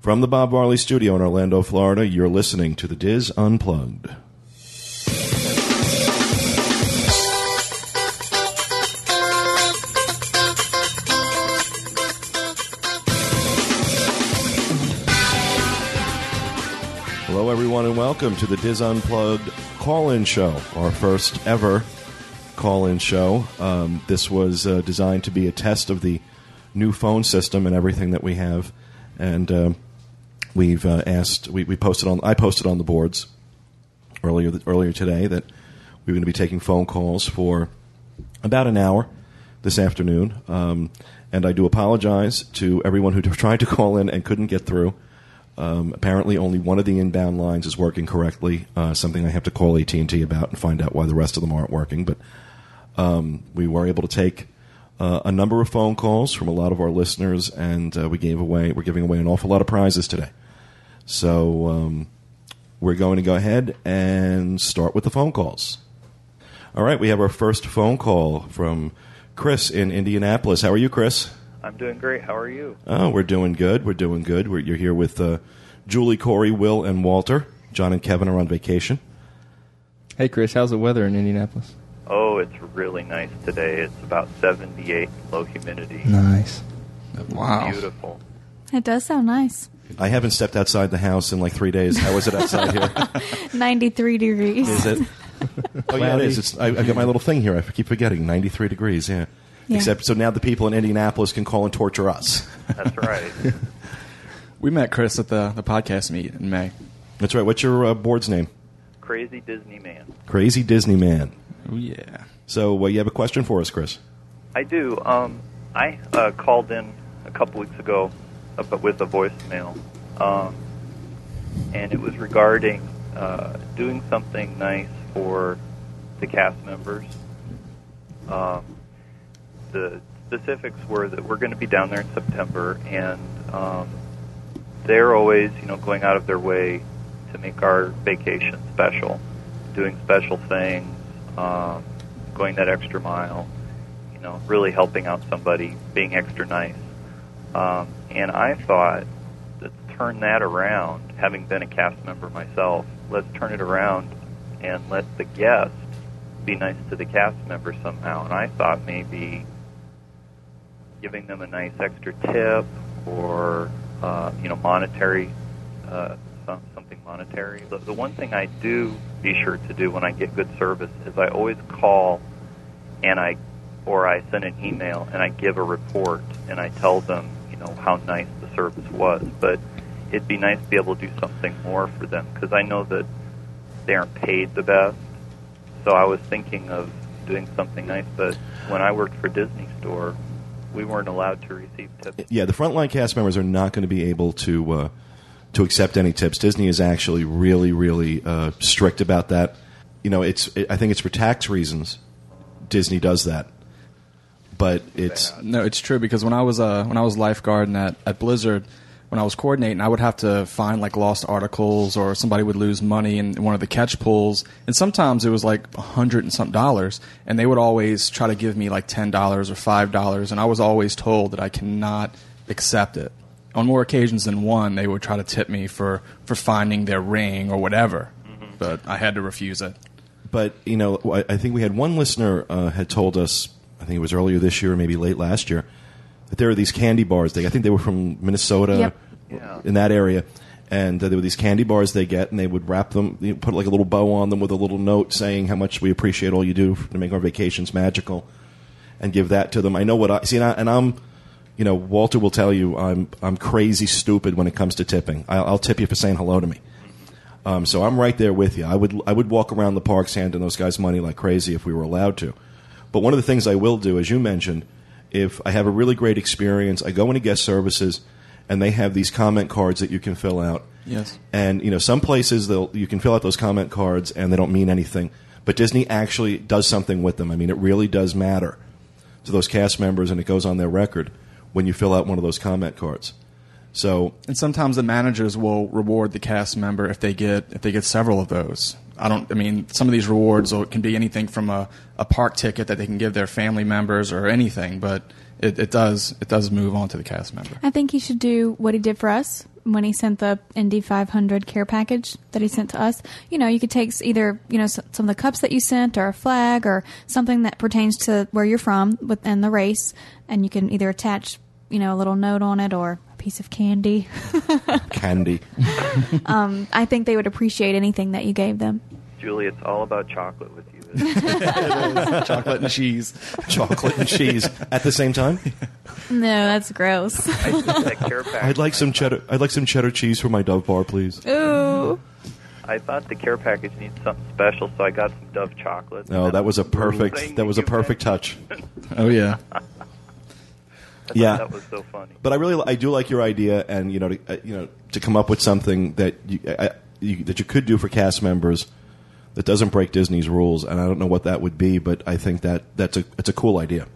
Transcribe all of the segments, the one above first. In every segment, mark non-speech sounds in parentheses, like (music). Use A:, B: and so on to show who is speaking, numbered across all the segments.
A: From the Bob Varley Studio in Orlando, Florida, you're listening to The Diz Unplugged. Hello, everyone, and welcome to the Diz Unplugged call in show, our first ever call in show. Um, this was uh, designed to be a test of the new phone system and everything that we have. And um we've uh, asked, we, we posted on, I posted on the boards earlier earlier today that we were going to be taking phone calls for about an hour this afternoon. Um, and I do apologize to everyone who tried to call in and couldn't get through. Um, apparently, only one of the inbound lines is working correctly. Uh, something I have to call AT and T about and find out why the rest of them aren't working. But um, we were able to take uh, a number of phone calls from a lot of our listeners, and uh, we gave away we're giving away an awful lot of prizes today. So um, we're going to go ahead and start with the phone calls. All right, we have our first phone call from Chris in Indianapolis. How are you, Chris?
B: I'm doing great. How are you?
A: Oh, we're doing good. We're doing good. We're, you're here with uh, Julie, Corey, Will, and Walter. John and Kevin are on vacation.
C: Hey, Chris, how's the weather in Indianapolis?
B: Oh, it's really nice today. It's about 78, low humidity.
C: Nice.
B: Beautiful.
D: It does sound nice.
A: I haven't stepped outside the house in like three days. How is it outside
B: (laughs)
A: here?
D: (laughs) 93 degrees.
A: Is it? oh yeah, it is. It's, I, I got my little thing here. I keep forgetting. Ninety-three degrees. Yeah.
D: Yeah.
A: Except so now the people in Indianapolis can call and torture us. (laughs)
B: That's right.
E: We met Chris at the, the podcast meet in May.
A: That's right. What's your uh, board's name?
B: Crazy Disney man.
A: Crazy Disney Man.
E: Oh, yeah.
A: So uh, you have a question for us, Chris?
B: I do. Um, I uh, called in a couple weeks ago, uh, but with a voicemail, um, and it was regarding uh, doing something nice for the cast members. Um, the specifics were that we're going to be down there in September, and um, they're always, you know, going out of their way to make our vacation special, doing special things, um, going that extra mile, you know, really helping out somebody, being extra nice. Um, and I thought, let's turn that around. Having been a cast member myself, let's turn it around and let the guest be nice to the cast member somehow. And I thought maybe giving them a nice extra tip or uh, you know monetary uh, some, something monetary. The, the one thing I do be sure to do when I get good service is I always call and I or I send an email and I give a report and I tell them you know how nice the service was. But it'd be nice to be able to do something more for them because I know that they aren't paid the best. So I was thinking of doing something nice, but when I worked for Disney Store, we weren't allowed to receive tips.
A: Yeah, the frontline cast members are not going to be able to uh, to accept any tips. Disney is actually really, really uh, strict about that. You know, it's it, I think it's for tax reasons. Disney does that, but it's
E: No, it's true because when I was uh, when I was lifeguarding at, at Blizzard, when I was coordinating, I would have to find like lost articles or somebody would lose money in one of the catch pools, and sometimes it was like a hundred and something dollars, and they would always try to give me like ten dollars or five dollars, and I was always told that I cannot accept it. On more occasions than one, they would try to tip me for for finding their ring or whatever, but I had to refuse it.
A: but you know, I I think we had one listener uh, had told us. I think it was earlier this year, or maybe late last year, that there were these candy bars. They, I think they were from Minnesota,
D: Yep.
B: Yeah.
A: in that area, and uh, there were these candy bars they get, and they would wrap them, you know, put like a little bow on them with a little note saying how much we appreciate all you do to make our vacations magical, and give that to them. I know what I see, and, I, and I'm. You know, Walter will tell you I'm I'm crazy stupid when it comes to tipping. I'll, I'll tip you for saying hello to me. Um, so I'm right there with you. I would I would walk around the parks handing those guys money like crazy if we were allowed to. But one of the things I will do, as you mentioned, if I have a really great experience, I go into guest services, and they have these comment cards that you can fill out.
E: Yes.
A: And you know, some places they'll you can fill out those comment cards and they don't mean anything, but Disney actually does something with them. I mean, it really does matter to those cast members, and it goes on their record when you fill out one of those comment cards. So
E: and sometimes the managers will reward the cast member if they get if they get several of those. I don't. I mean, some of these rewards will- can be anything from a, a park ticket that they can give their family members or anything, but it, it does it does move on to the cast member.
D: I think he should do what he did for us when he sent the Indy 500 care package that he sent to us. You know, you could take either you know s- some of the cups that you sent, or a flag, or something that pertains to where you're from within the race, and you can either attach you know a little note on it or a piece of
A: (laughs)
D: candy. Um,
A: Candy.
D: I think they would appreciate anything that you gave them.
B: Julie, it's all about chocolate with you.
E: chocolate and cheese.
A: chocolate and cheese at the same time.
D: No, that's gross.
B: I think that care package.
A: I'd like some cheddar. I'd like some cheddar cheese for my Dove bar, please.
D: Ooh.
B: I thought the care package needs something special, so I got some Dove chocolate.
A: No, that was a perfect.
B: Thing
A: That was a
B: you mentioned.
A: perfect touch.
E: Oh yeah.
B: I thought
A: Yeah.
B: that was so funny.
A: But I really, I do like your idea, and you know, to, uh, you know, to come up with something that you, I, I- you that you could do for cast members that doesn't break Disney's rules. And I don't know what that would be, but I think that that's a it's a cool idea.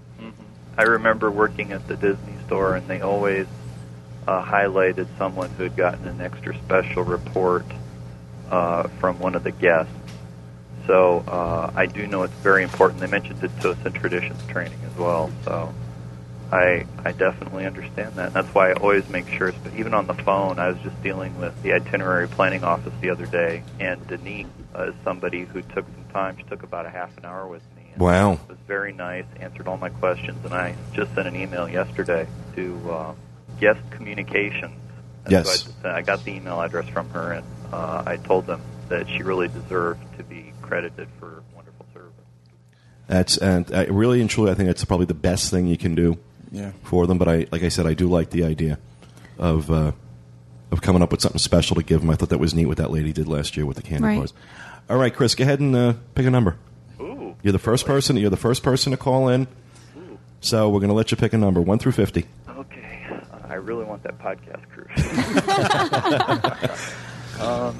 B: I remember working at the Disney store, and they always uh, highlighted someone who had gotten an extra special report uh, from one of the guests. So uh, I do know it's very important. They mentioned it to us in traditions training as well. So I I definitely understand that. That's why I always make sure. But even on the phone, I was just dealing with the itinerary planning office the other day, and Denise uh, is somebody who took some time. She took about a half an hour with me. And
A: Wow.
B: was very nice, answered all my questions, and I just sent an email yesterday to uh, Guest Communications. That's
A: Yes.
B: who I, just sent. I got the email address from her, and uh, I told them that she really deserved to be credited for wonderful service.
A: That's and I really and truly, I think that's probably the best thing you can do
E: Yeah.
A: for them. But I, like I said, I do like the idea of uh, of coming up with something special to give them. I thought that was neat what that lady did last year with the candy
D: Right.
A: bars. All right, Chris, go ahead and uh, pick a number.
B: Ooh,
A: You're the first person. You're the first person to call in. So we're going to let you pick a number, one through fifty.
B: okay. Uh, I really want that podcast
A: (laughs)
B: crew. um,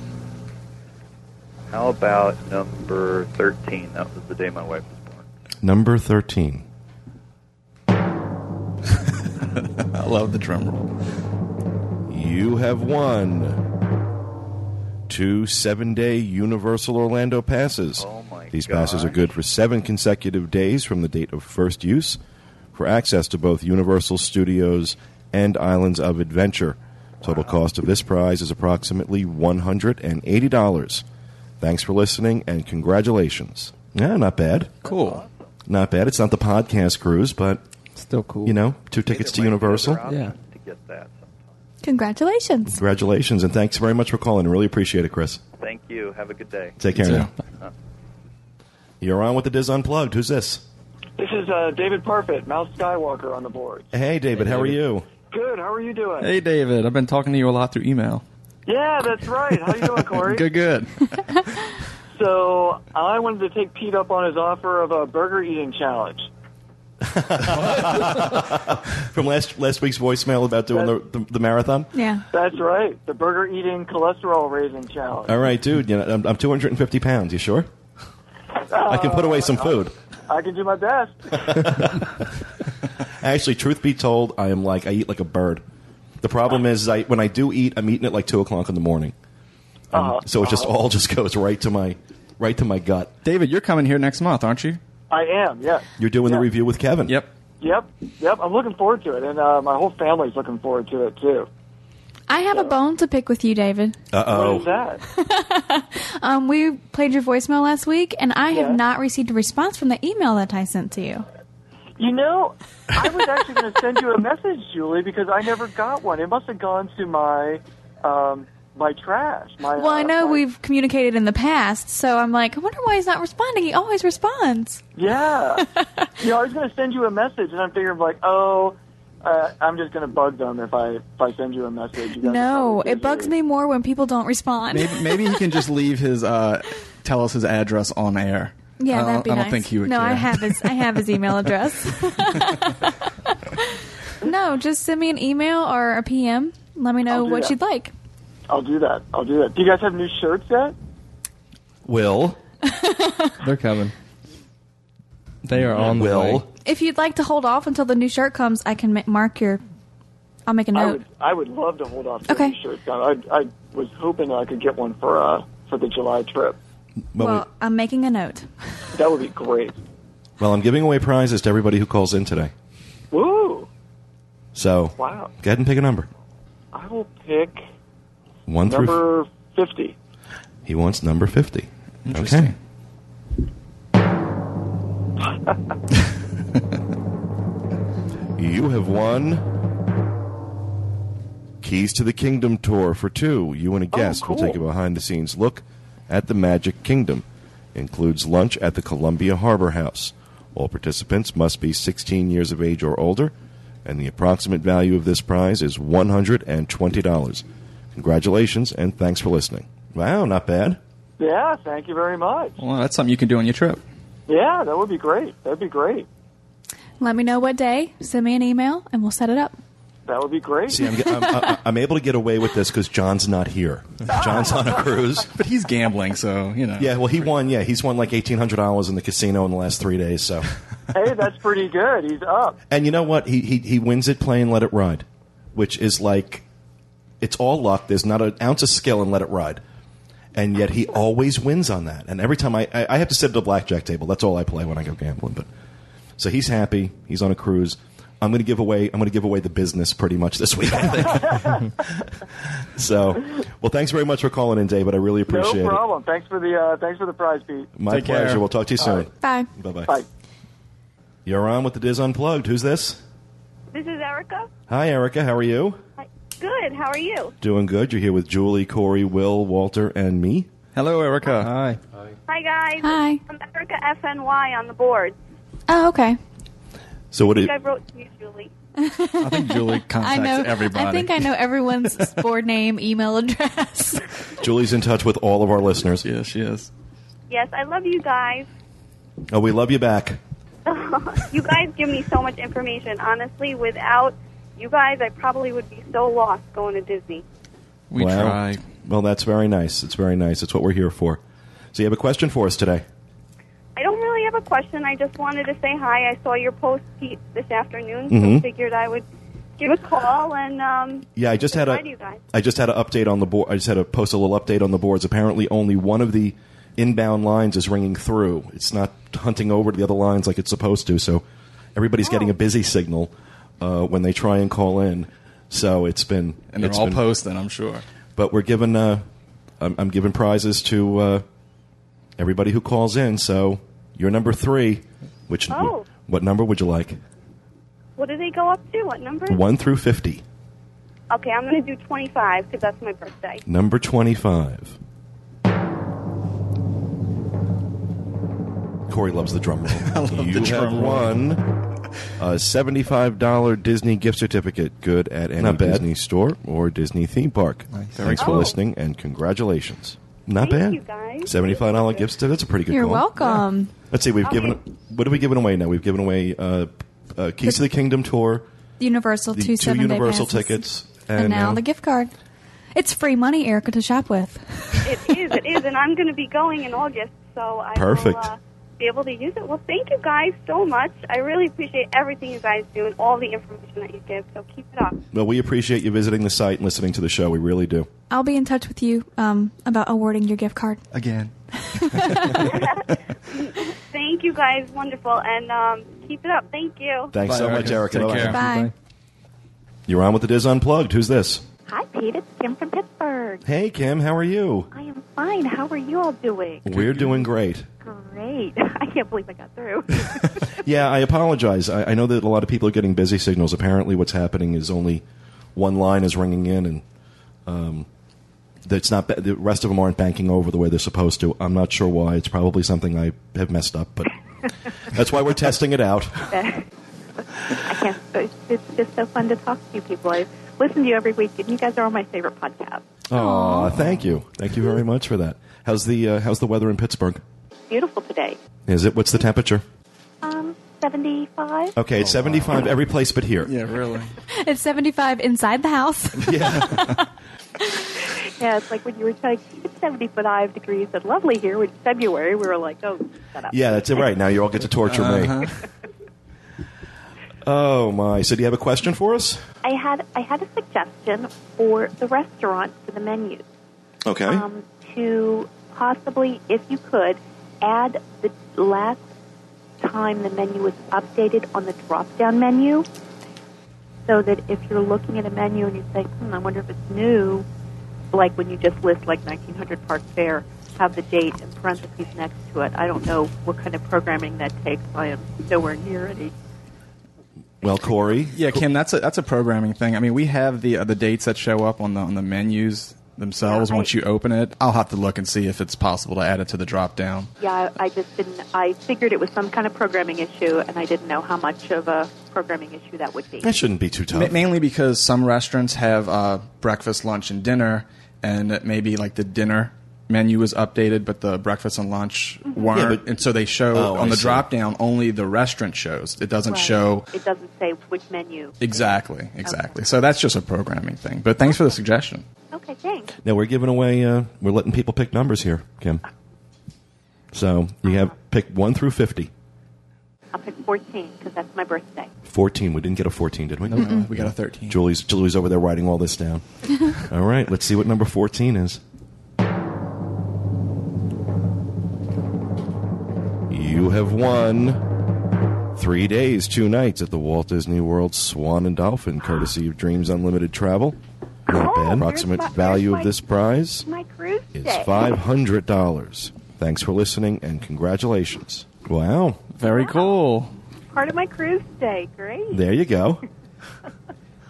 B: how about number 13? That was the day my wife was born.
A: Number (laughs) thirteen.
E: I love the drum roll.
A: You have won two seven-day Universal Orlando passes.
B: Oh, my
A: These passes are
B: gosh.
A: good for seven consecutive days from the date of first use for access to both Universal Studios and Islands of Adventure. Total cost of this prize is approximately one hundred and eighty dollars. Thanks for listening and congratulations. Yeah, not bad.
E: Cool.
A: Not bad. It's not the podcast cruise, but
C: Still cool.
A: you know, two tickets to
B: There might be other
A: Universal.
B: options
C: Yeah.
B: To get that sometime.
D: Congratulations.
A: Congratulations and thanks very much for calling. Really appreciate it, Chris.
B: Thank you. Have a good day.
A: Take care
E: So-
A: now. You're on with the Diz Unplugged. Who's this?
F: This is uh, David Parfit, Mouse Skywalker on the board.
A: Hey, David,
E: Hey,
A: how are
E: David.
A: you? (laughs)
F: Good. How are you doing?
E: Hey David, I've been talking to you a lot through email.
F: Yeah, that's right. How you doing, Corey?
E: (laughs) Good,
D: (laughs)
E: good.
F: (laughs) So I wanted to take Pete up on his offer of a burger eating challenge.
A: From last last week's voicemail about doing the, the, the marathon?
D: Yeah.
F: That's right, the burger eating cholesterol raising challenge.
A: All right, dude, you know, I'm, I'm 250 pounds. You sure? I can put away some food.
F: I can do my
E: (laughs)
F: best.
A: Actually, truth be told, I am like, I eat like a bird. The
F: Ah.
A: problem is, is I, when I do eat, I'm eating at like 2 o'clock in the morning. Um,
F: Uh-huh.
A: So it just all (laughs) just goes right to my right to my gut.
E: David, you're coming here next month, aren't you?
F: I am. Yes.
A: You're doing
F: Yeah.
A: the review with Kevin.
E: Yep.
F: Yep. Yep. I'm looking forward to it, and uh, my whole family's looking forward to it too.
D: I have a bone to pick with you, David.
A: Uh
F: What is
A: oh.
F: that?
D: Um, we played your voicemail last week, and I
F: Yeah.
D: have not received a response from the email that I sent to you.
F: You know, I was actually going to send you a message, Julie, because I never got one. It must have gone to my um, my trash. My,
D: Well, I
F: uh,
D: know
F: my-
D: we've communicated in the past, so I'm like, I wonder why he's not responding. He always responds.
F: (laughs) Yeah. you know, I was going to send you a message, and I'm figuring like, oh, uh, I'm just going to bug them if I if I send you a message. You guys are
D: No,
F: probably
D: it bugs
F: busy.
D: me more when people don't respond.
E: Maybe, maybe he can just leave his uh, tell us his address on air. I
D: (laughs) Yeah,
E: don't,
D: that'd be
E: I don't
D: nice.
E: think he would.
D: No, I
E: care.
D: have his I have his email
E: (laughs)
D: address. (laughs) no, just send me an email or a PM. Let me know
F: I'll do
D: what
F: that.
D: you'd like.
F: I'll do that. I'll do that. Do you guys have new shirts yet?
A: Will.
C: They're coming. They are on the way.
A: Will.
D: If you'd like to hold off until the new shirt comes, I can ma- mark your. I'll make a
F: I
D: note.
F: would I would love to hold off to
D: Okay.
F: new shirts. I I was hoping I could get one for uh for the July trip.
A: Well,
D: well, I'm making a note.
F: That would be great.
A: well, I'm giving away prizes to everybody who calls in today.
F: Woo!
A: So
F: Wow.
A: go ahead and pick a number.
F: I will pick
A: One through.
F: Number 50.
A: He wants number 50. Okay.
E: Interesting.
A: (laughs) You have won Keys to the Kingdom Tour for two. You and a guest will
F: cool.
A: take a behind the scenes look at the Magic Kingdom. Includes lunch at the Columbia Harbor House. All participants must be 16 years of age or older, and the approximate value of this prize is $120. Congratulations, and thanks for listening. Wow, not bad.
F: Yeah, thank you very much.
E: Well, that's something you can do on your trip.
F: Yeah, that would be great. That'd be great.
D: Let me know what day. Send me an email, and we'll set it up.
F: That would be great.
A: See, I'm, ge- I'm, I- I'm able to get away with this because John's not here. John's on a cruise.
E: (laughs) But he's gambling, so you know.
A: Yeah, well, he won. Yeah, he's won like eighteen hundred dollars in the casino in the last three days. So,
F: (laughs) hey, that's pretty good. He's up.
A: and you know what? He he he wins it playing "Let It Ride," which is like it's all luck. There's not an ounce of skill in "Let It Ride," and yet he always wins on that. And every time I I, I have to sit at a blackjack table. That's all I play when I go gambling. But so he's happy. He's on a cruise. I'm going to give away. I'm going to give away the business pretty much this week. I think. (laughs) so, well, thanks very much for calling in, David. I really appreciate
F: no problem. Thanks for the uh, thanks for the prize, Pete.
A: it. My
E: Take care.
A: pleasure. We'll talk to you soon.
D: Bye.
A: Bye bye.
F: Bye.
A: You're on with the Diz Unplugged. Who's this?
G: This is Erica.
A: Hi, Erica. How are you?
G: Hi. Good. How are you?
A: Doing good. You're here with Julie, Corey, Will, Walter, and me.
E: Hello, Erica.
C: Hi.
G: Hi, guys.
D: Hi.
G: I'm Erica FNY on the board.
A: (laughs)
D: Oh, okay.
A: So what?
G: I
A: Is,
G: think I wrote to you, Julie.
E: I think Julie
D: (laughs) I
E: contacts
D: know.
E: everybody.
D: I think I know
A: (laughs)
D: everyone's board name, email address. (laughs)
A: Julie's in touch with all of our listeners.
E: Yeah, she is.
G: Yes, I love you guys. (laughs)
A: Oh, we love you back.
G: You guys give me so much information. Honestly, without you guys, I probably would be so lost going to Disney.
E: We
A: Wow.
E: try.
A: Well, that's very nice. It's very nice. It's what we're here for. So you have a question for us today?
G: I don't really have a question. I just wanted to say hi. I saw your post, Pete, this afternoon,
A: Mhm.
G: so figured I would give a call and um,
A: Yeah, I just had
G: Hi to you
A: a
G: guys.
A: I just had an update on the board. I just had to post a little update on the boards. Apparently, only one of the inbound lines is ringing through. It's not hunting over to the other lines like it's supposed to. So
G: Oh.
A: everybody's getting a busy signal uh, when they try and call in. So it's been
E: And they're
A: it's
E: all
A: been-
E: posting, I'm sure.
A: But we're giving uh, I'm, I'm giving prizes to uh, everybody who calls in. So you're number three. Which
G: Oh.
A: what number would you like?
G: what do they go up to? What number?
A: One through fifty. Mm-hmm.
G: Okay, I'm going to do 25 because that's my birthday.
A: Number twenty-five. Corey loves the
E: (laughs)
A: drum roll. you
E: the
A: have
E: drum roll.
A: won a seventy-five dollar Disney gift certificate, good at any Disney store or Disney theme park.
E: Very
A: Thanks for
G: cool.
A: listening and congratulations. Not
G: Thank
A: bad.
G: you, guys.
A: Seventy-five dollar gift certificate. That's a pretty good.
D: You're
A: call.
D: welcome.
A: Let's see. We've
G: Okay.
A: given. What have we given away now? We've given away uh, uh, Keys to the Kingdom tour,
D: Universal
A: the
D: two
A: two
D: seven
A: Universal
D: day passes.
A: tickets,
D: and, now
A: uh,
D: the gift card. It's free money, Erica, to shop with.
G: It is, it is, and I'm going to be going in August, so I
A: Perfect.
G: will uh, be able to use it. Well, thank you guys so much. I really appreciate everything you guys do and all the information that you give. So keep it up.
A: Well, we appreciate you visiting the site and listening to the show. We really do.
D: I'll be in touch with you um, about awarding your gift card.
E: Again.
G: Thank you guys, wonderful, and um, keep it up. Thank you.
A: Thanks so much, Erica.
E: Take
A: Bye-bye.
E: care.
D: Bye.
A: You're on with the Diz Unplugged. Who's this?
H: Hi, Pete. It's Kim from Pittsburgh.
A: Hey, Kim. How are you?
H: I am fine. How are you all doing?
A: We're doing great.
H: Great. (laughs) I can't believe I got through.
A: Yeah, I apologize. I, I know that a lot of people are getting busy signals. Apparently, what's happening is only one line is ringing in, and um, that's not the rest of them aren't banking over the way they're supposed to. I'm not sure why. It's probably something I have messed up, but (laughs) that's
H: (laughs)
A: why we're testing it out.
H: I can't. It's, it's just so fun to talk to you people. I listen to you every week, and you guys are all my favorite podcasts.
A: Aw, thank you, thank you very much for that. How's the uh, how's the weather in Pittsburgh?
H: Beautiful today.
A: Is it what's the temperature?
H: Um, 75?
A: Okay, it's 75 every place but here.
E: Oh,
A: (laughs)
E: Yeah, really.
D: Oh, It's 75 inside the house.
H: (laughs) Yeah, it's like when you were telling it's 75 degrees and lovely here, which is February, we were like, oh, shut up.
A: Yeah, that's it. Right now, you all get to torture me.
E: Uh-huh.
A: Oh my! So, do you have a question for us?
H: I had, I had a suggestion for the restaurant for the menus.
A: Okay.
H: um, to possibly, if you could, add the last time the menu was updated on the drop down menu so that if you're looking at a menu and you say, hmm, I wonder if it's new, like when you just list like 1900 Park Fair, have the date in parentheses next to it. I don't know what kind of programming that takes. I am nowhere near any.
A: Well, Corey,
E: Yeah, Kim, that's a that's a programming thing. I mean, we have the uh, the dates that show up on the on the menus themselves
H: Yeah, I-
E: once you open it. I'll have to look and see if it's possible to add it to the drop down.
H: Yeah, I, I just didn't. I figured it was some kind of programming issue, and I didn't know how much of a programming issue that would be.
A: that shouldn't be too
E: Ma-
A: tough.
E: mainly because some restaurants have uh, breakfast, lunch, and dinner, and it maybe like the dinner menu was updated, but the breakfast and lunch weren't,
A: Mm-hmm. Yeah, but-
E: and so they show
A: Oh,
E: on
A: I
E: the
A: see.
E: drop down only the restaurant shows. It doesn't
H: Right.
E: show
H: It doesn't say which menu.
E: exactly, exactly. So that's just a programming thing. But thanks for the suggestion.
H: Okay, thanks.
A: Now we're giving away. Uh, we're letting people pick numbers here, Kim. So you have pick one through fifty.
H: I'll pick 14 because that's my birthday.
A: 14. We didn't get a 14, did we?
E: No, no, we got a thirteen.
A: Julie's, Julie's over there writing all this
H: (laughs)
A: down. all right, let's see what number 14 is. You have won three days, two nights at the Walt Disney World Swan and Dolphin, courtesy of Dreams Unlimited Travel. Not
H: Oh,
A: bad.
H: where's
A: Approximate
H: my-
A: value of
H: where's my-
A: this prize
H: My cruise
A: is
H: day.
A: $500. Thanks for listening and congratulations. Wow,
E: Very cool.
H: Part of my cruise day. Great.
A: there you go.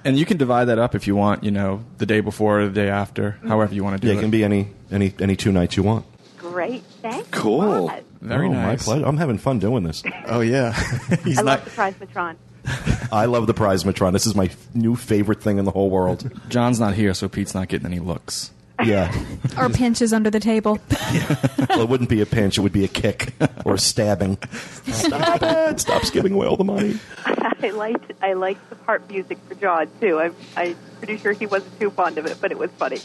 E: And you can divide that up if you want. You know, the day before, or the day after, however you want to do
A: Yeah,
E: it.
A: it can be any any any two nights you want.
H: Great. Thanks.
A: Cool.
H: God.
E: Very
A: Oh,
E: nice.
A: My pleasure. I'm having fun doing this. (laughs)
E: Oh yeah, he's
H: I
E: not.
H: love the prize matron.
A: I love the prize matron. This is my f- new favorite thing in the whole world.
E: John's not here, so Pete's not getting any looks.
A: Yeah.
D: Or pinches under the table. (laughs)
A: well, it wouldn't be a pinch. It would be a kick or a stabbing. Stop it. Stop giving away all the money.
H: (laughs) I liked I liked the harp music for John too. I'm I'm pretty sure he wasn't too fond of it, but it was
A: (laughs)
H: funny.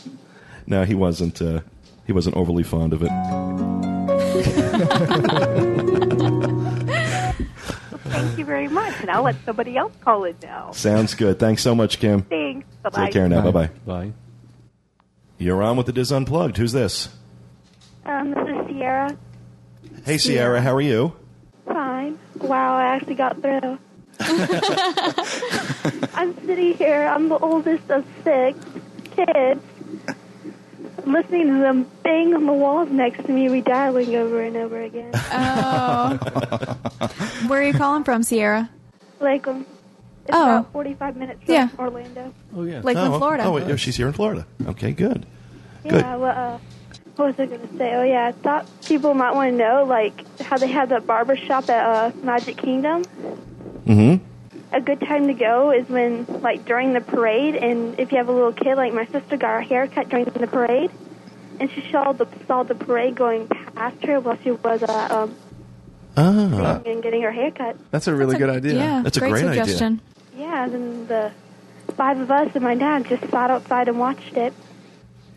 A: No, he wasn't. Uh, he wasn't overly fond of it.
H: Thank you very much, and I'll let somebody else call it now.
A: Sounds good. Thanks so much, Kim.
H: Thanks. Bye bye.
A: Take care now. Bye bye.
C: Bye.
A: You're on with the Diz Unplugged. Who's this?
I: Um, this is Sierra.
A: Hey, Sierra. How are you?
I: Fine. Wow, I actually got through. I'm sitting here. I'm the oldest of six kids. I'm listening to them bang on the walls next to me, redialing over and over again.
D: Oh. Where are you calling from, Sierra?
I: (laughs) Like, um, it's
D: Oh.
I: about 45 minutes from
D: Yeah.
I: Orlando.
C: Oh yeah.
D: Lakeland,
A: oh,
D: Florida.
A: Oh, wait, oh, she's here in Florida. Okay, good.
I: Yeah,
A: Good.
I: well, uh, what was I going to say? Oh, yeah, I thought people might want to know, like, how they have that barber shop at uh, Magic Kingdom.
A: (laughs) Mm-hmm.
I: a good time to go is when like during the parade and if you have a little kid like my sister got her haircut during the parade and she saw the saw the parade going past her while she was uh, um
A: Ah,
I: and getting her haircut
E: That's a really
D: That's a-
E: good idea.
D: Yeah,
A: That's a
D: great
A: great idea. (laughs)
D: suggestion.
I: yeah then the five of us and my dad just sat outside and watched it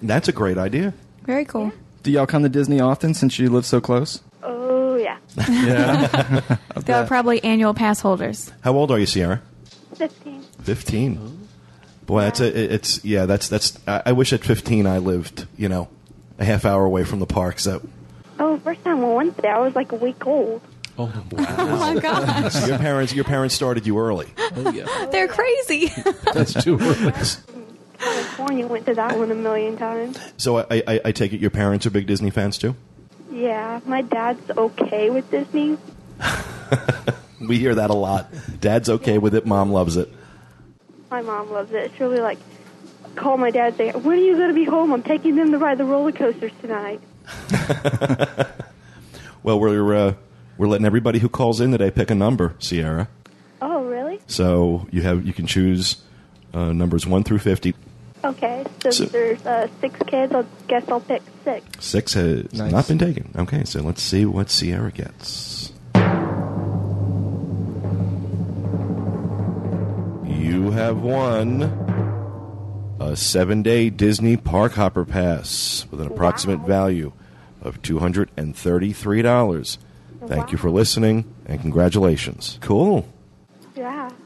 A: that's a great idea.
D: Very cool.
E: Do y'all come to Disney often since you live so close?
I: oh yeah
E: Yeah.
A: (laughs)
D: They (laughs) are probably annual pass holders.
A: How old are you, Sierra?
I: 15
A: Fifteen. Boy, that's a, it- it's yeah. That's that's. I, I wish at fifteen I lived, you know, a half hour away from the park. So
I: oh first time we went there i was like a week old
C: Oh,
A: (laughs)
D: Oh my gosh,
A: so your parents, your parents started you early.
C: oh yeah.
D: (gasps) they're crazy.
C: That's too early.
I: (laughs) california went to that one a million times
A: (laughs) So I, I, I take it your parents are big Disney fans too.
I: yeah my dad's okay with disney
A: We hear that a lot. Dad's okay with it. Mom loves it.
I: My mom loves it. She'll be like, call my dad and say, when are you going to be home? I'm taking them to ride the roller coasters tonight.
A: Well, we're uh, we're letting everybody who calls in today pick a number, Sierra.
I: Oh, really?
A: So you have you can choose uh, numbers one through fifty.
I: Okay, so,
A: So-
I: there's uh, six kids. I guess I'll pick six.
A: Six has
E: Nice.
A: not been taken. Okay, so let's see what Sierra gets. You have won a seven day Disney Park Hopper Pass with an approximate
I: Wow.
A: value of $233. Thank you for listening and congratulations. Cool.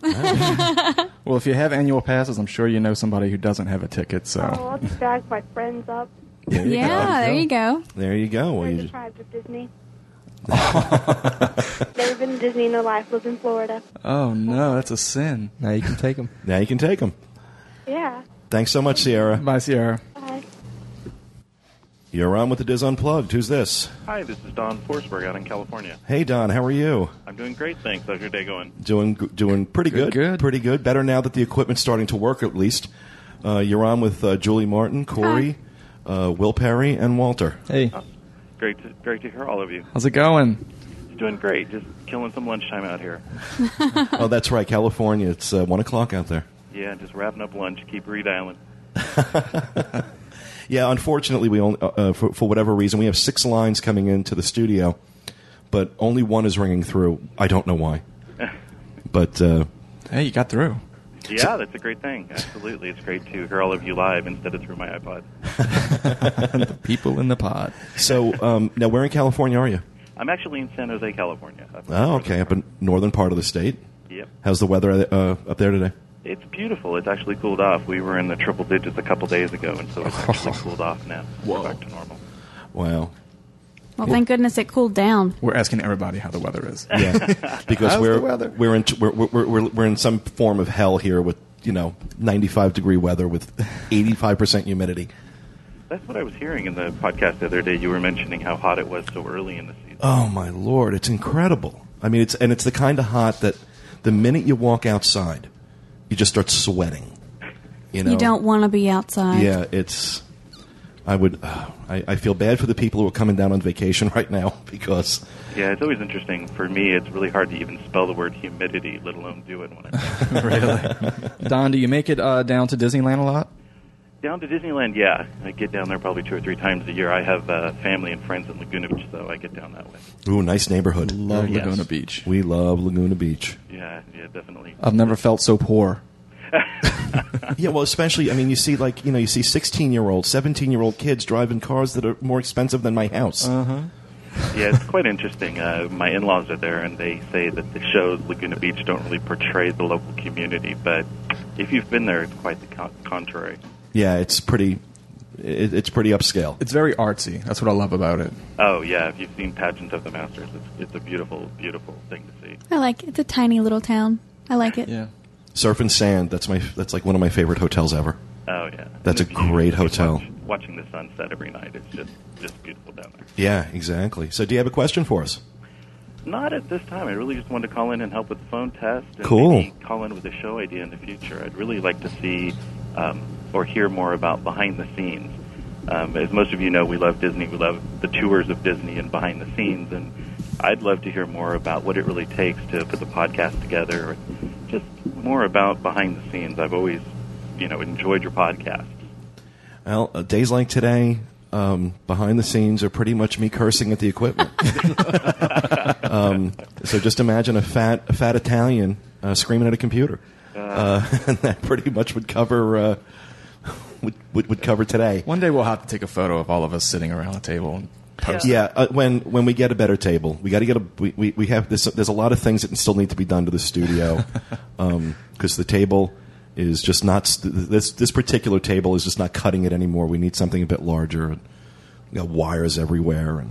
A: (laughs)
I: Yeah.
E: well, if you have annual passes, I'm sure you know somebody who doesn't have a ticket. So
I: Oh, I'll just drag my friends up.
A: There you
D: yeah, there you go.
A: go. There you go. Well,
I: They're
A: you just-
I: deprived
A: (laughs)
I: of Disney. Never been to Disney in their life. Live in Florida.
E: oh no, that's a sin.
C: Now you can take them.
A: now you can take them.
I: Yeah.
A: Thanks so much, Sierra.
E: Bye, Sierra.
I: Bye.
A: You're on with the Diz Unplugged. Who's this?
J: Hi, this is Don Forsberg out in California.
A: Hey, Don. How are you?
J: I'm doing great, thanks. How's your day going?
A: Doing doing pretty good. Pretty good. Better now that the equipment's starting to work. At least uh, you're on with uh, Julie Martin, Corey, uh, Will Perry, and Walter.
E: Hey,
J: Great to, great to hear all of you.
E: how's it going?
J: It's doing great, just killing some lunchtime out here.
A: (laughs) oh, that's right, California. It's uh, one o'clock out there.
J: Yeah, just wrapping up lunch, keep redialing.
A: Yeah, unfortunately, we only, uh, uh, for, for whatever reason, we have six lines coming into the studio, but only one is ringing through. I don't know why, but uh,
E: Hey, you got
A: (laughs)
E: through.
J: Yeah, that's a great thing. Absolutely. It's great to hear all of you live instead of through my iPod.
A: (laughs)
E: (laughs) the people in the pod.
A: so um, now where in California are you?
J: I'm actually in San Jose, California. Up-
A: Oh, okay, up in northern part of the state.
J: Yep.
A: How's the weather uh, up there today?
J: It's beautiful. It's actually cooled off. We were in the triple digits a couple days ago, and so it's actually cooled off now. We're back to normal.
A: Wow.
D: Well, thank goodness it cooled down.
E: We're asking everybody how the weather is. (laughs)
A: Yeah, because
E: How's
A: we're,
E: the weather?
A: we're in we're, we're, we're, we're in some form of hell here with you know 95 degree weather with 85 percent humidity.
J: That's what I was hearing in the podcast the other day. You were mentioning how hot it was so early in the season.
A: Oh my lord, it's incredible. I mean, it's and it's the kind of hot that the minute you walk outside, you just start sweating. You
D: You,
A: know,
D: don't want to be outside.
A: Yeah, it's. I would. uh, I, I feel bad for the people who are coming down on vacation (laughs) right now because
J: Yeah, it's always interesting. For me, it's really hard to even spell the word humidity, let alone do it when I'm
E: really? Don, do you make it uh, down to Disneyland a lot?
J: down to Disneyland. Yeah, I get down there probably two or three times a year. I have uh, family and friends in Laguna Beach, so I get down that way.
A: ooh, nice neighborhood.
E: Love
J: Yes.
E: Laguna Beach.
A: We love Laguna Beach.
J: Yeah, yeah, definitely.
E: I've never felt so poor.
A: (laughs) Yeah, well, especially I mean, you see like you know, you see sixteen-year-old, seventeen-year-old kids driving cars that are more expensive than my house.
E: Uh-huh.
J: Yeah, it's quite interesting. Uh, my in-laws are there, and they say that the shows Laguna Beach don't really portray the local community, but if you've been there, it's quite the con- contrary.
A: Yeah, it's pretty. It, it's pretty upscale.
E: It's very artsy. That's what I love about it.
J: Oh yeah, if you've seen Pageant of the Masters, it's, it's a beautiful, beautiful thing to see.
D: I like it. It's a tiny little town. I like it.
E: Yeah.
A: Surf and Sand. That's my. That's like one of my favorite hotels ever.
J: Oh yeah,
A: That's
J: And
A: a
J: if you-
A: great
J: if you
A: hotel.
J: watch- watching the sunset every night is just just beautiful down there.
A: Yeah, exactly. So, do you have a question for us?
J: Not at this time. I really just wanted to call in and help with the phone test. And
A: Cool.
J: Maybe call in with a show idea in the future. I'd really like to see um, or hear more about behind the scenes. Um, as most of you know, we love Disney. We love the tours of Disney and behind the scenes. And I'd love to hear more about what it really takes to put the podcast together, or just more about behind the scenes. I've always, you know, enjoyed your podcast.
A: Well, uh, days like today, um, behind the scenes are pretty much me cursing at the equipment. um, so, just imagine a fat, a fat Italian uh, screaming at a computer. Uh, (laughs) and that pretty much would cover uh, would, would would cover today.
E: One day we'll have to take a photo of all of us sitting around a table and post.
A: Yeah, uh, when when we get a better table, we got to get a we, we, we have this. There's a lot of things that still need to be done to the studio because the table is just not s- this this particular table is just not cutting it anymore. We need something a bit larger. And we got wires everywhere, and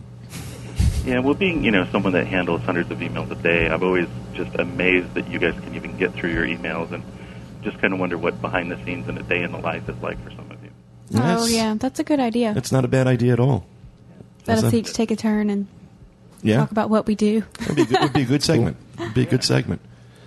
J: Yeah, well, being you know someone that handles hundreds of emails a day, I'm always just amazed that you guys can even get through your emails, and just kind of wonder what behind the scenes in a day in the life is like for some of you.
D: Oh,
A: Yes.
D: yeah. That's a good idea.
A: it's not a bad idea at all.
D: Let us
A: that's a-
D: each take a turn and
A: Yeah,
D: talk about what we do.
A: It'd be a good, would be a good segment. It'd be a good segment.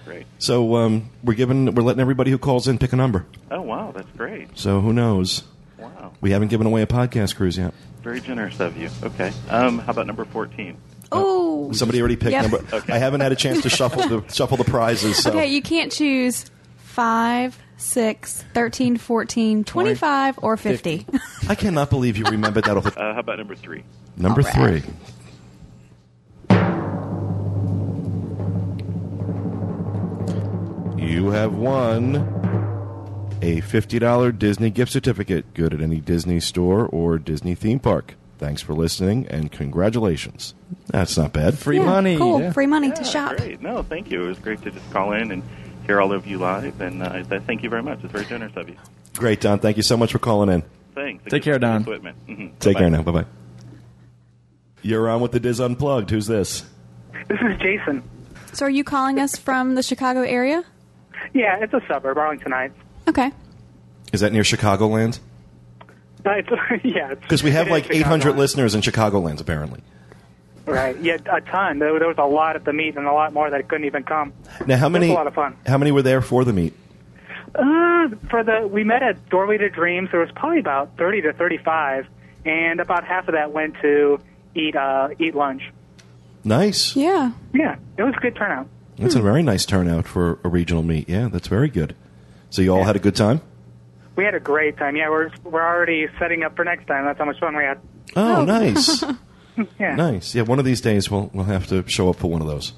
J: Great.
A: So um, we're giving we're letting everybody who calls in pick a number.
J: Oh wow, that's great.
A: So who knows?
J: Wow,
A: We haven't given away a podcast cruise yet.
J: very generous of you. Okay. Um, how about number fourteen?
D: oh.
A: Somebody already picked
D: Yeah.
A: number. I haven't had a chance to shuffle
J: (laughs)
A: the shuffle the prizes. So.
D: Okay, you can't choose 5, 6, 13, 14, 25, or 50.
A: I cannot believe you remembered that. Off the-
J: Uh, how about number three?
A: Number
D: All right.
A: three. You have won a $50 Disney gift certificate, good at any Disney store or Disney theme park. Thanks for listening and congratulations. That's not bad.
E: Free
D: Yeah,
E: money.
D: Cool.
E: Yeah.
D: Free money
J: Yeah,
D: to shop.
J: Great. No, thank you. It was great to just call in and hear all of you live, and uh, I thank you very much. It's very generous of you.
A: Great, Don. Thank you so much for calling in.
J: Thanks.
E: Take care, Don.
J: Equipment. Mhm.
A: Take
J: Bye-bye.
A: care now. Bye bye. You're on with the Diz Unplugged. Who's this?
F: This is Jason.
D: So, are you calling us from the Chicago area?
F: Yeah, it's a suburb, Arlington Heights.
D: Okay.
A: Is that near Chicagoland?
K: (laughs) It's, yeah, it's-
A: Because we have
K: it is
A: like
K: Chicago.
A: 800 listeners in Chicagolands, apparently.
K: Right. Yeah, a ton. There, there was a lot at the meet, and a lot more that couldn't even come.
A: Now, how many?
K: It was a lot of fun.
A: How many were there for the meet?
K: Uh, for the we met at Doorway to Dreams. There was probably about thirty to thirty-five, and about half of that went to eat uh, eat lunch.
A: Nice.
D: Yeah.
K: Yeah, it was a good turnout.
A: That's a very nice turnout for a regional meet. Yeah, that's very good. So you all had a good time.
K: We had a great time. Yeah, we're we're already setting up for next time. That's how much fun we had.
A: Oh, (laughs) nice,
K: (laughs) yeah.
A: nice. Yeah, one of these days we'll we'll have to show up for one of those.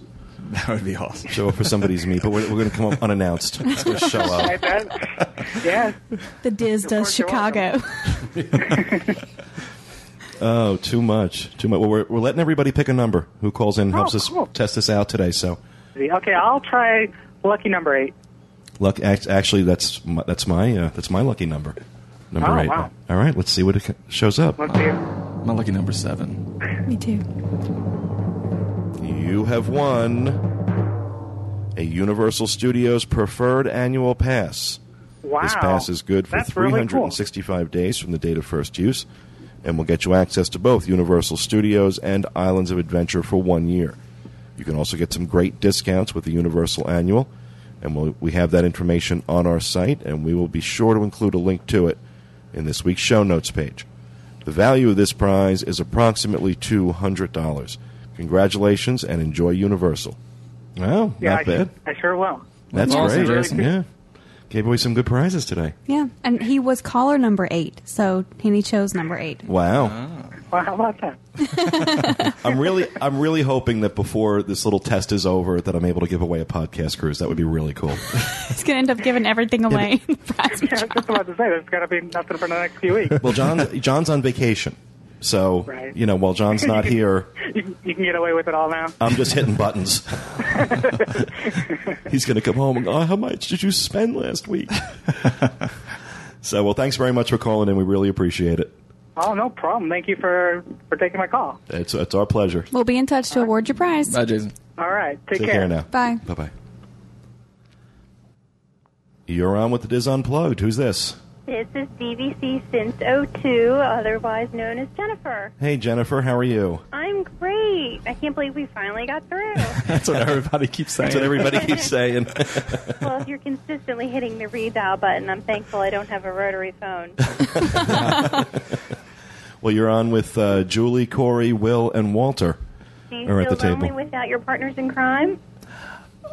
A: That would be awesome. Show up for somebody's meet, but we're, we're going to come up unannounced.
K: (laughs)
A: Let's just show up.
K: I bet. Yeah.
D: The Diz does Chicago.
K: (laughs)
A: Oh, too much, too much. Well, we're we're letting everybody pick a number. Who calls in helps
K: Oh,
A: us
K: cool.
A: test this out today. So,
K: Okay, I'll try lucky number eight.
A: luck. act- Actually, that's my, that's my uh, that's my lucky number. Number
K: Oh,
A: eight.
K: wow.
A: All right, let's see what it co- shows up.
K: Let's see.
A: My lucky number seven.
D: (laughs) Me too.
A: You have won a Universal Studios preferred annual pass.
K: Wow.
A: This pass is good for
K: That's really cool.
A: 365 days from the date of first use and will get you access to both Universal Studios and Islands of Adventure for one year. You can also get some great discounts with the Universal Annual, and we'll, we have that information on our site, and we will be sure to include a link to it in this week's show notes page. The value of this prize is approximately $200. Congratulations and enjoy Universal. Well,
K: Yeah,
A: not
K: I,
A: bad.
K: I sure will.
A: That's
D: Awesome,
A: great.
D: Jason.
A: Yeah. Gave away some good prizes today.
D: Yeah, and he was caller number eight, so and he chose number eight.
A: Wow.
K: Well, how about that?
A: I'm really I'm really hoping that before this little test is over that I'm able to give away a podcast cruise. That would be really (laughs) cool.
D: He's gonna end up giving everything away. (laughs)
K: (laughs) Yeah, I was just about to say, there's got to be nothing for the next few weeks.
A: well, John's John's on vacation. So,
K: Right.
A: you know, while John's not here,
K: (laughs) You, can- you can get away with it all now.
A: I'm just hitting
K: (laughs)
A: buttons. He's going to come home and go, "Oh, "How much did you spend last
K: (laughs)
A: week?" so, well, thanks very much for calling in. We really appreciate it.
K: Oh, no problem. Thank you for, for taking my call.
A: It's it's our pleasure.
D: We'll be in touch to award your prize.
A: Bye, Jason.
K: All right. Take,
A: Take care now.
D: Bye.
A: Bye bye. You're on with the Diz Unplugged. Who's this?
L: This is DVC since 02, otherwise known as Jennifer.
A: Hey, Jennifer, how are you?
L: I'm great. I can't believe we finally got through.
A: (laughs) That's what everybody keeps saying. That's what everybody keeps (laughs) saying.
L: well, if you're consistently hitting the redial button, I'm thankful I don't have a rotary
A: (laughs)
L: phone.
A: well, you're on with uh, Julie, Corey, Will, and Walter.
L: Do you
A: Or
L: feel
A: at the
L: lonely
A: table.
L: without your partners in crime?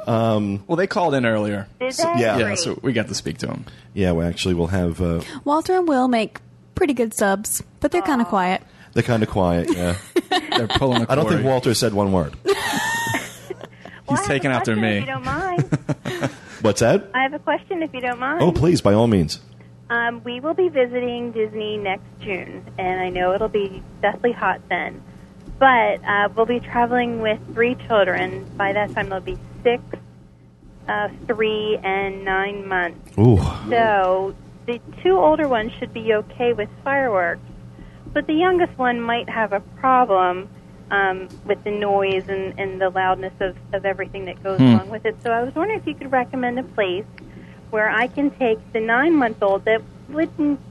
A: Um, well, they called in earlier.
L: Did they?
A: yeah,
L: Great.
A: so we got to speak to them. Yeah, we actually will have. Uh,
D: Walter and Will make pretty good subs, but they're kind of quiet.
A: they're kind of quiet. Yeah, (laughs) they're pulling. I I don't think Walter said one word. (laughs) He's taken after
L: If you don't mind,
A: What's that?
L: I have a question. If you don't mind,
A: Oh, please, by all means.
L: Um, we will be visiting Disney next June, and I know it'll be deathly hot then. But uh, we'll be traveling with three children. By that time, they'll be six, uh, three, and nine months.
A: Ooh.
L: So the two older ones should be okay with fireworks, but the youngest one might have a problem um, with the noise and, and the loudness of, of everything that goes
M: Hmm.
L: along with it. So I was wondering if you could recommend a place where I can take the nine month old that wouldn't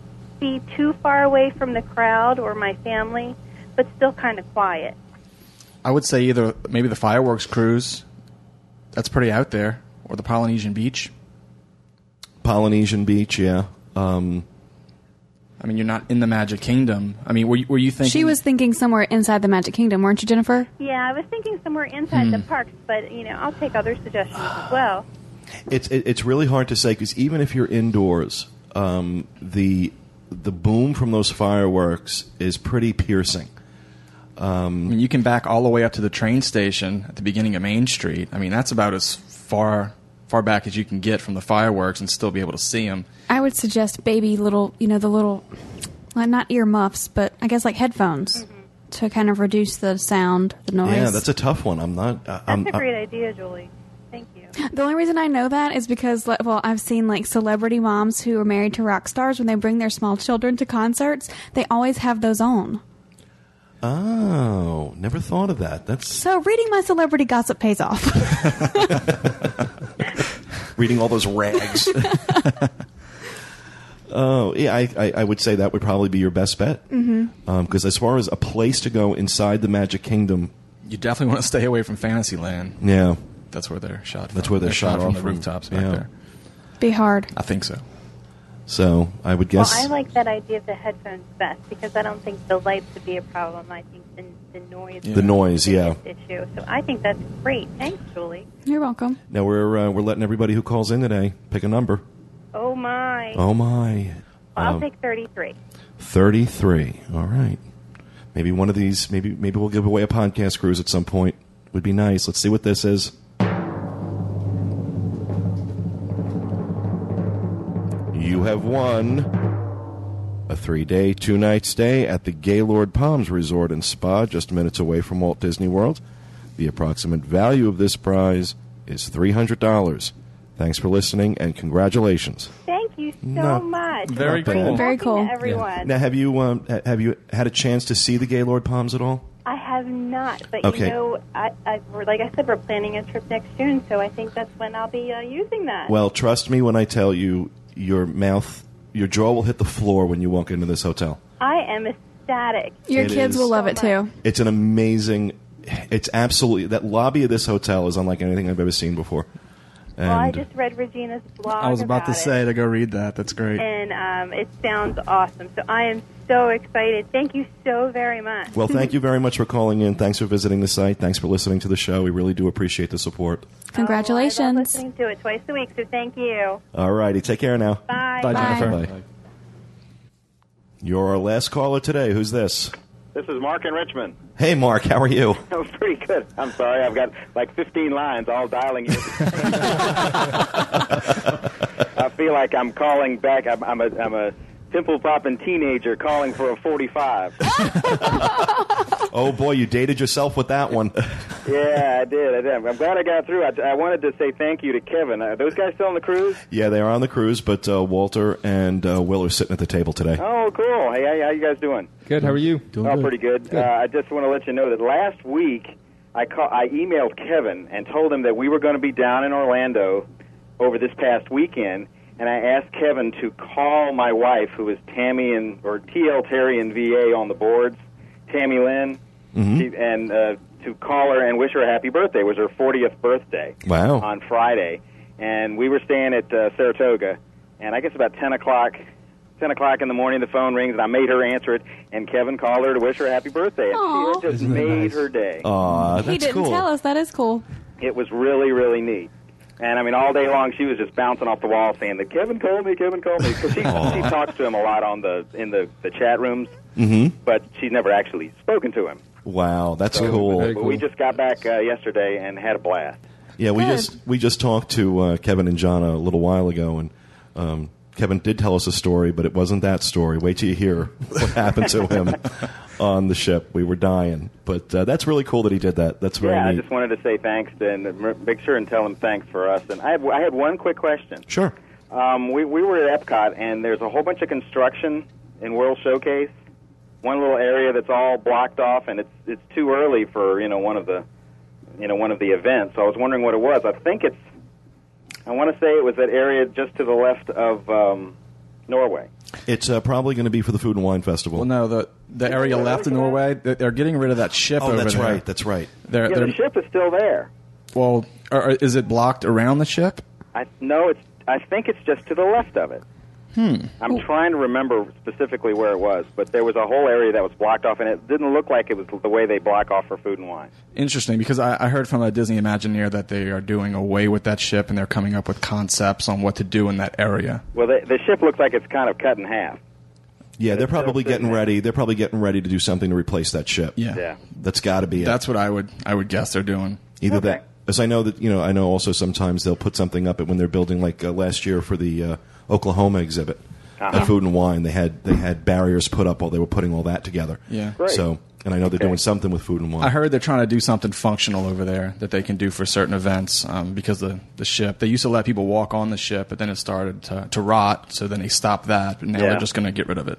L: be too far away from the crowd or my family, but still kind of quiet.
E: I would say either maybe the fireworks cruise. That's pretty out there, or the Polynesian beach.
A: Polynesian beach, yeah. Um,
E: I mean, you're not in the Magic Kingdom. I mean, were you, were you thinking?
D: She was thinking somewhere inside the Magic Kingdom, weren't you, Jennifer?
L: Yeah, I was thinking somewhere inside the
A: Hmm.
L: parks, but you know, I'll take other suggestions as well.
A: It's it, it's really hard to say because even if you're indoors, um, the the boom from those fireworks is pretty piercing. um,
E: I mean, you can back all the way up to the train station at the beginning of Main Street. I mean, that's about as far far back as you can get from the fireworks and still be able to see them.
D: I would suggest baby little, you know, the little, well, not ear muffs, but I guess like headphones
K: Mm-hmm.
D: to kind of reduce the sound, the noise.
A: Yeah, that's a tough one. I'm not. I- I'm,
L: That's a
A: I-
L: great idea, Julie. Thank you.
D: The only reason I know that is because, like, well, I've seen like celebrity moms who are married to rock stars when they bring their small children to concerts, they always have those on.
A: oh, never thought of that. That's (laughs)
D: So reading my celebrity gossip pays off. (laughs)
L: (laughs)
A: reading all those rags. (laughs) Oh, yeah, I, I, I would say that would probably be your best bet.
E: Mm-hmm.
A: Because as far as a place to go inside the Magic Kingdom,
E: You definitely want to stay away from Fantasyland.
A: Yeah.
E: That's where they're shot. From.
A: That's where they're shot
E: from
A: off
E: the
A: from.
E: rooftops back
A: Yeah.
E: there.
D: Be hard.
E: I think so.
A: so I would guess.
L: Well, I like that idea of the headphones best because I don't think the lights would be a problem. I think the, the noise.
A: The noise, yeah.
L: Issue. So I think that's great. Thanks, Julie.
D: You're welcome.
A: Now we're uh, we're letting everybody who calls in today pick a number.
L: Oh my.
A: Oh my,
L: I'll
A: Um,
L: take thirty-three.
A: thirty-three. All right, maybe one of these. Maybe maybe we'll give away a podcast cruise at some point. Would be nice. Let's see what this is. You have won a three-day, two-night stay at the Gaylord Palms Resort and Spa, just minutes away from Walt Disney World. The approximate value of this prize is three hundred dollars. Thanks for listening and congratulations.
L: Thank you so
A: No.
L: much.
A: Very
L: It was great
A: cool.
D: Very
L: talking to
D: cool.
L: Everyone.
A: Now, have you um, ha- have you had a chance to see the Gaylord Palms at all?
L: I have not, but
A: Okay.
L: you know, I, I, we're- like I said, we're planning a trip next June, so I think that's when I'll be uh, using that.
A: Well, trust me when I tell you, your mouth, your jaw will hit the floor when you walk into this hotel.
L: I am ecstatic.
D: Your
A: It
D: kids
A: is-
D: will love it too.
A: It's an amazing. It's absolutely that lobby of this hotel is unlike anything I've ever seen before. And
L: well, I just read Regina's blog.
E: I was about, to
L: it.
E: say to go read that. That's great.
L: and um, it sounds awesome. So I am so excited. Thank you so very much.
A: well,
D: (laughs)
A: thank you very much for calling in. Thanks for visiting the site. Thanks for listening to the show. We really do appreciate the support.
D: Congratulations.
L: I'm Oh, listening to it twice a week, so thank you.
A: All righty, take care now.
L: Bye. Bye, Jennifer. Bye.
A: You're our last caller today. Who's this?
M: This is Mark in Richmond. (laughs)
A: Hey, Mark. How are you?
M: That was pretty good. I'm sorry, I've got like 15 lines all dialing you. (laughs) I feel like I'm calling back. I'm, I'm a I'm a temple popping teenager calling for a 45.
A: Oh boy, you dated yourself with that one.
M: yeah, I did. I did. I'm glad I got through. I, I wanted to say thank you to Kevin. Are those guys still on the cruise?
A: yeah, they are on the cruise, but uh, Walter and uh, Will are sitting at the table today.
M: Oh, cool. Hey, hey, how you guys doing?
C: Good. How are you?
M: oh, pretty good.
C: Good.
M: Uh, I just want to let you know that last week I call, I emailed Kevin and told him that we were going to be down in Orlando over this past weekend, and I asked Kevin to call my wife, who is Tammy and or TL Terry and VA on the boards, Tammy Lynn,
A: Mm-hmm.
M: she, and uh, to call her and wish her a happy birthday. It was her 40th birthday
J: Oh.
A: Wow.
M: on Friday, and we were staying at uh, Saratoga, and I guess about 10 o'clock. 10 o'clock in the morning, the phone rings, and I made her answer it, and Kevin called her to wish her a happy birthday.
D: Aw.
M: And she it just
D: Isn't that
M: made
A: nice?
M: her day.
A: Aw,
D: he didn't tell us. That is cool.
M: It was really, really neat. And I mean, all day long, she was just bouncing off the wall saying that Kevin called me, Kevin called me. Because she, she talks to him a lot on the in the, the chat rooms,
A: Mm-hmm.
M: but she's never actually spoken to him.
A: Wow, that's
M: So-
A: cool.
M: But we just got back uh, yesterday and had a blast.
A: Yeah, we just we just talked to uh, Kevin and John a little while ago, and um, Kevin did tell us a story, but it wasn't that story. Wait till you hear what happened to
M: (laughs)
A: him on the ship. We were dying, but uh, that's really cool that he did that. That's very
M: yeah, I
A: neat.
M: just wanted to say thanks and m- make sure and tell him thanks for us. And I had, I had one quick question.
A: Sure.
M: Um, we, we were at Epcot, and there's a whole bunch of construction in World Showcase. One little area that's all blocked off, and it's it's too early for you know one of the you know one of the events. So I was wondering what it was. I think it's I want to say it was that area just to the left of um, Norway.
A: It's uh, probably going to be for the Food and Wine Festival.
E: Well, no, the the area left of Norway, they- they're getting rid of that ship
A: oh,
E: over
A: that's
E: there.
A: right. That's right.
E: They're,
M: yeah,
E: they're,
M: the ship is still there.
E: well, or, or is it blocked around the ship?
M: I no, it's I think it's just to the left of it.
E: Hmm.
M: I'm trying to remember specifically where it was, but there was a whole area that was blocked off, and it didn't look like it was the way they block off for food and wine.
E: Interesting, because I, I heard from a Disney Imagineer that they are doing away with that ship and they're coming up with concepts on what to do in that area.
M: Well, the, the ship looks like it's kind of cut in half.
A: Yeah, they're probably getting ready. They're probably getting ready to do something to replace that ship.
E: Yeah,
A: that's got to be it.
E: that's what I would I would guess they're doing.
A: Either that, as I know that you know, I know also sometimes they'll put something up when they're building, like uh, last year for the uh, Oklahoma exhibit,
M: Uh-huh.
A: at Food and Wine. They had they had barriers put up while they were putting all that together.
E: Yeah. Great.
A: So, and I know they're doing something with Food and Wine.
E: I heard they're trying to do something functional over there that they can do for certain events um, because the the ship they used to let people walk on the ship, but then it started to, to rot, so then they stopped that, but now
M: Yeah.
E: they're just going to get rid of it.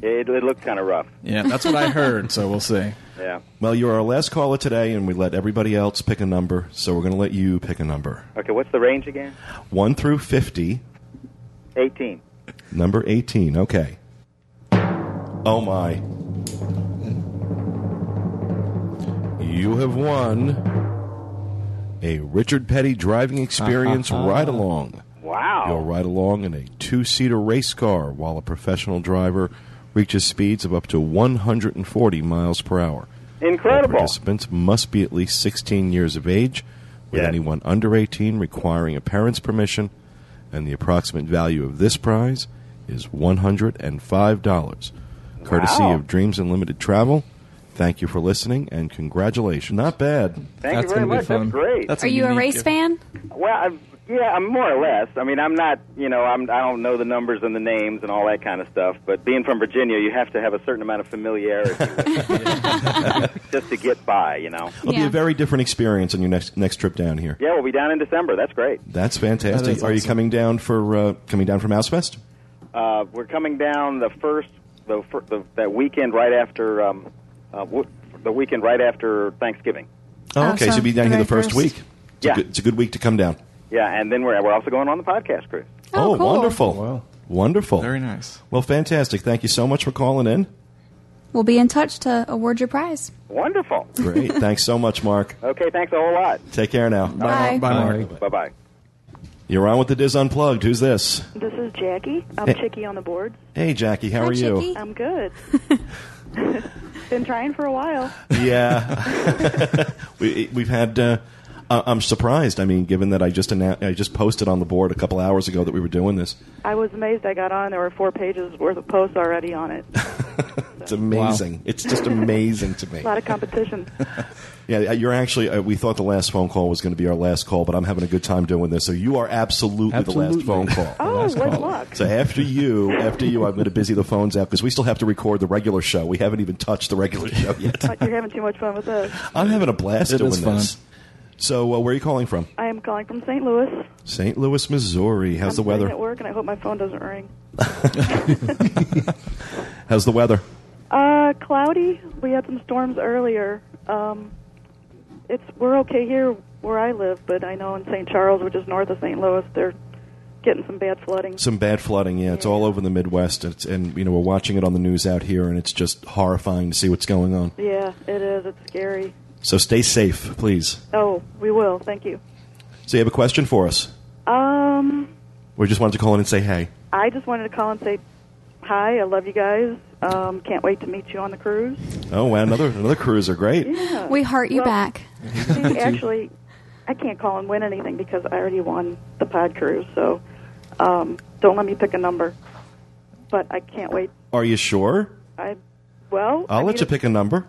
M: It, it looked kind of rough.
E: Yeah, that's what I heard. So we'll see.
M: (laughs) Yeah.
A: Well, you're our last caller today, and we let everybody else pick a number. So we're going to let you pick a number,
M: Okay, what's the range again?
A: one through fifty.
M: 18.
A: Number 18. Okay. Oh my. You have won a Richard Petty driving experience ride along.
M: Wow.
A: You'll ride along in a two seater race car while a professional driver reaches speeds of up to 140 miles per hour. All
M: Incredible.
A: participants must be at least 16 years of age, with anyone under 18 requiring a parent's permission, and the approximate value of this prize is $105. Courtesy
M: Wow.
A: of Dreams Unlimited Travel. Thank you for listening and congratulations. Not bad.
M: Thank you very much. That's great.
D: Are you a race fan?
M: Well, I'm, yeah, I'm more or less. I mean, I'm not. You know, I'm. I don't know the numbers and the names and all that kind of stuff. But being from Virginia, you have to have a certain amount
E: (laughs)
M: of familiarity (laughs) just to get by. You know.
A: It'll be a very different experience on your next next trip down here.
M: Yeah, we'll be down in December. That's great.
A: That's fantastic.
M: That is
A: Are you
M: awesome.
A: coming down for uh, coming down from Housefest?
M: Uh, we're coming down the first, the, fir- the that weekend right after, um, uh, w- the weekend right after Thanksgiving.
A: Oh, okay. So you'll be down here the first, week. It's,
M: Yeah.
A: a good, it's a good week to come down.
M: Yeah, and then we're we're also going on the podcast cruise.
A: Oh, wonderful. Wonderful. Very nice. Well, fantastic. Thank you so much for calling in.
D: We'll be in touch to award your prize.
M: Wonderful. (laughs)
A: Great. (laughs) Thanks so much, Mark.
M: Okay, thanks a whole lot.
A: Take care now.
N: Bye. Bye, Mark.
M: Bye bye.
A: You're on with the Diz Unplugged. Who's this?
N: This is Jackie. I'm
A: Hey.
N: Chicky on the board.
A: Hey, Jackie. How are you?
N: I'm good. (laughs) Been trying for a while.
A: (laughs) Yeah. (laughs) we, we've had. Uh, I- I'm surprised. I mean, given that I just annou- I just posted on the board a couple hours ago that we were doing this.
N: I was amazed I got on. There were four pages worth of posts already on it.
A: It's amazing. It's just amazing to me.
N: A
A: (laughs)
N: lot of competition.
A: Yeah, you're actually. Uh, we thought the last phone call was going to be our last call, but I'm having a good time doing this. So you are absolutely, the last
N: Absolutely.
A: phone call.
N: Oh, what luck.
A: So after you, after you, I'm going to busy the phones out because we still have to record the regular show. We haven't even touched the regular show yet.
N: But you're having too much fun with this.
A: I'm having a blast
E: It
A: doing
E: is fun.
A: this. So uh, where are you calling from?
N: I am calling from St. Louis.
A: St. Louis, Missouri. How's the
N: I'm sitting
A: weather?
N: At work, and I hope my phone doesn't ring.
A: How's the weather?
N: Uh, cloudy. We had some storms earlier. Um, it's we're okay here where I live, but I know in St. Charles, which is north of St. Louis, they're getting some bad flooding.
A: Some bad flooding. Yeah, it's all over the Midwest, it's, and you know we're watching it on the news out here, and it's just horrifying to see what's going on.
N: Yeah, it is. It's scary.
A: So stay safe, please.
N: Oh, we will. Thank you.
A: So you have a question for us?
N: Um,
A: We just wanted to call in and say hey.
N: I just wanted to call and say hi. I love you guys. Um, can't wait to meet you on
A: (laughs)
N: the cruise.
A: Oh wow, another another cruiser, great.
N: Yeah.
D: We heart you
N: Well,
D: back.
A: (laughs)
N: see, actually, I can't call and win anything because I already won the pod cruise. So um, don't let me pick a number. But I can't wait.
A: Are you sure?
N: I well,
A: I'll
N: I
A: let
N: need
A: you pick a number.
N: a-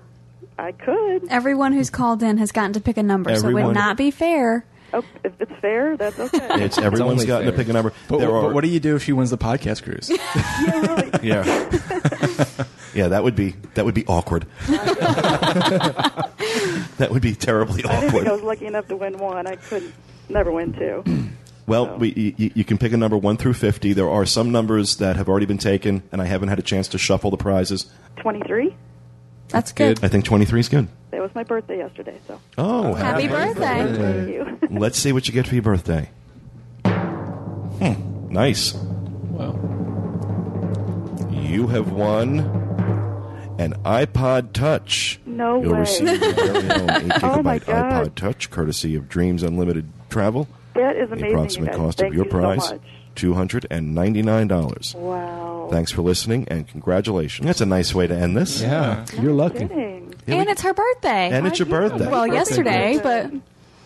N: I could.
D: Everyone who's called in has gotten to pick a number, so it
A: Everyone.
D: would not be fair.
N: Oh, if it's fair,
A: (laughs)
N: that's okay.
A: It's everyone's
E: only
A: gotten to
E: fair.
A: pick a number.
E: But,
A: There
E: but
A: are-
E: what do you do if she wins the podcast cruise?
A: (laughs) Yeah, yeah, that would be that would be awkward. (laughs) that would be terribly
N: (laughs) I didn't think I was
A: awkward.
N: lucky enough to win one. I couldn't never win two.
A: Well, we, you, you can pick a number one through fifty. There are some numbers that have already been taken, and I haven't had a chance to shuffle the prizes.
N: Twenty-three.
D: That's
A: I think twenty-three is good.
N: That was my birthday yesterday. So
A: Oh,
D: Happy birthday.
N: thank you. (laughs)
A: Let's see what you get for your birthday. Hmm, nice. Wow. You have won an iPod Touch.
N: No
A: You'll
N: way.
A: receive your very own 8
N: (laughs) Oh, my
A: gigabyte
N: God.
A: iPod Touch, courtesy of Dreams Unlimited Travel.
N: That is
A: The
N: amazing.
A: approximate
N: you guys.
A: cost
N: Thank
A: of your
N: you
A: prize,
N: So much.
A: $299.
N: Wow.
A: Thanks for listening and congratulations. That's a nice way to end this.
E: Yeah,
A: you're lucky.
N: Kidding.
A: Yeah,
D: and
A: we-
D: it's her birthday.
A: And it's your birthday.
D: Well,
A: Happy
D: yesterday, but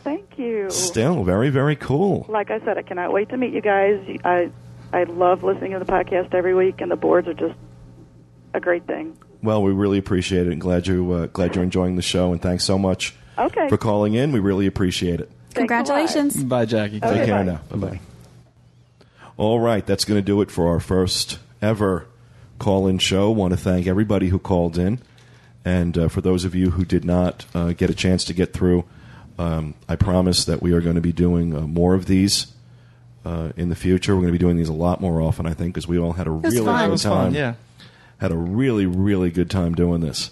N: Thank you.
A: Still, very, very cool.
N: Like I said, I cannot wait to meet you guys. I I love listening to the podcast every week, and the boards are just a great thing.
A: Well, we really appreciate it and glad, you, uh, glad you're enjoying the show and thanks so much
N: Okay.
A: for calling in. We really appreciate it.
D: congratulations.
E: Bye, Jackie.
A: Take care now. Bye bye. All right, that's going to do it for our first ever call in show. Want to thank everybody who called in. And uh, for those of you who did not uh, get a chance to get through, um, I promise that we are going to be doing uh, more of these uh, in the future. We're going to be doing these a lot more often, I think, because we all had a
E: was
A: really
E: fun. It
A: good
E: was fun,
A: time.
E: yeah.
A: Had a really, really good time doing this.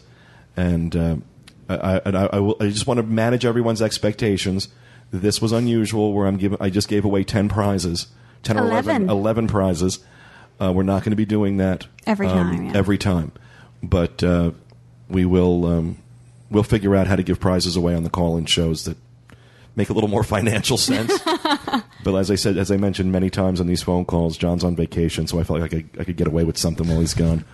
A: And. um I, I, and I, I, will, I just want to manage everyone's expectations. This was unusual, where I'm giving. I just gave away ten prizes, ten or 11,
D: Eleven.
A: 11 prizes. Uh, we're not going to be doing that
D: Every
A: um,
D: time, yeah.
A: Every time, but uh, we will um, we'll figure out how to give prizes away on the call-in shows that make a little more financial sense. but as I said, as I mentioned many times on these phone calls, John's on vacation, so I felt like I could, I could get away with something while he's gone.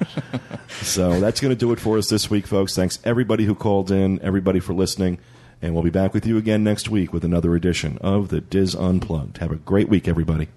A: so that's going to do it for us this week, folks. Thanks everybody who called in, everybody for listening, and we'll be back with you again next week with another edition of the Diz Unplugged. Have a great week, everybody.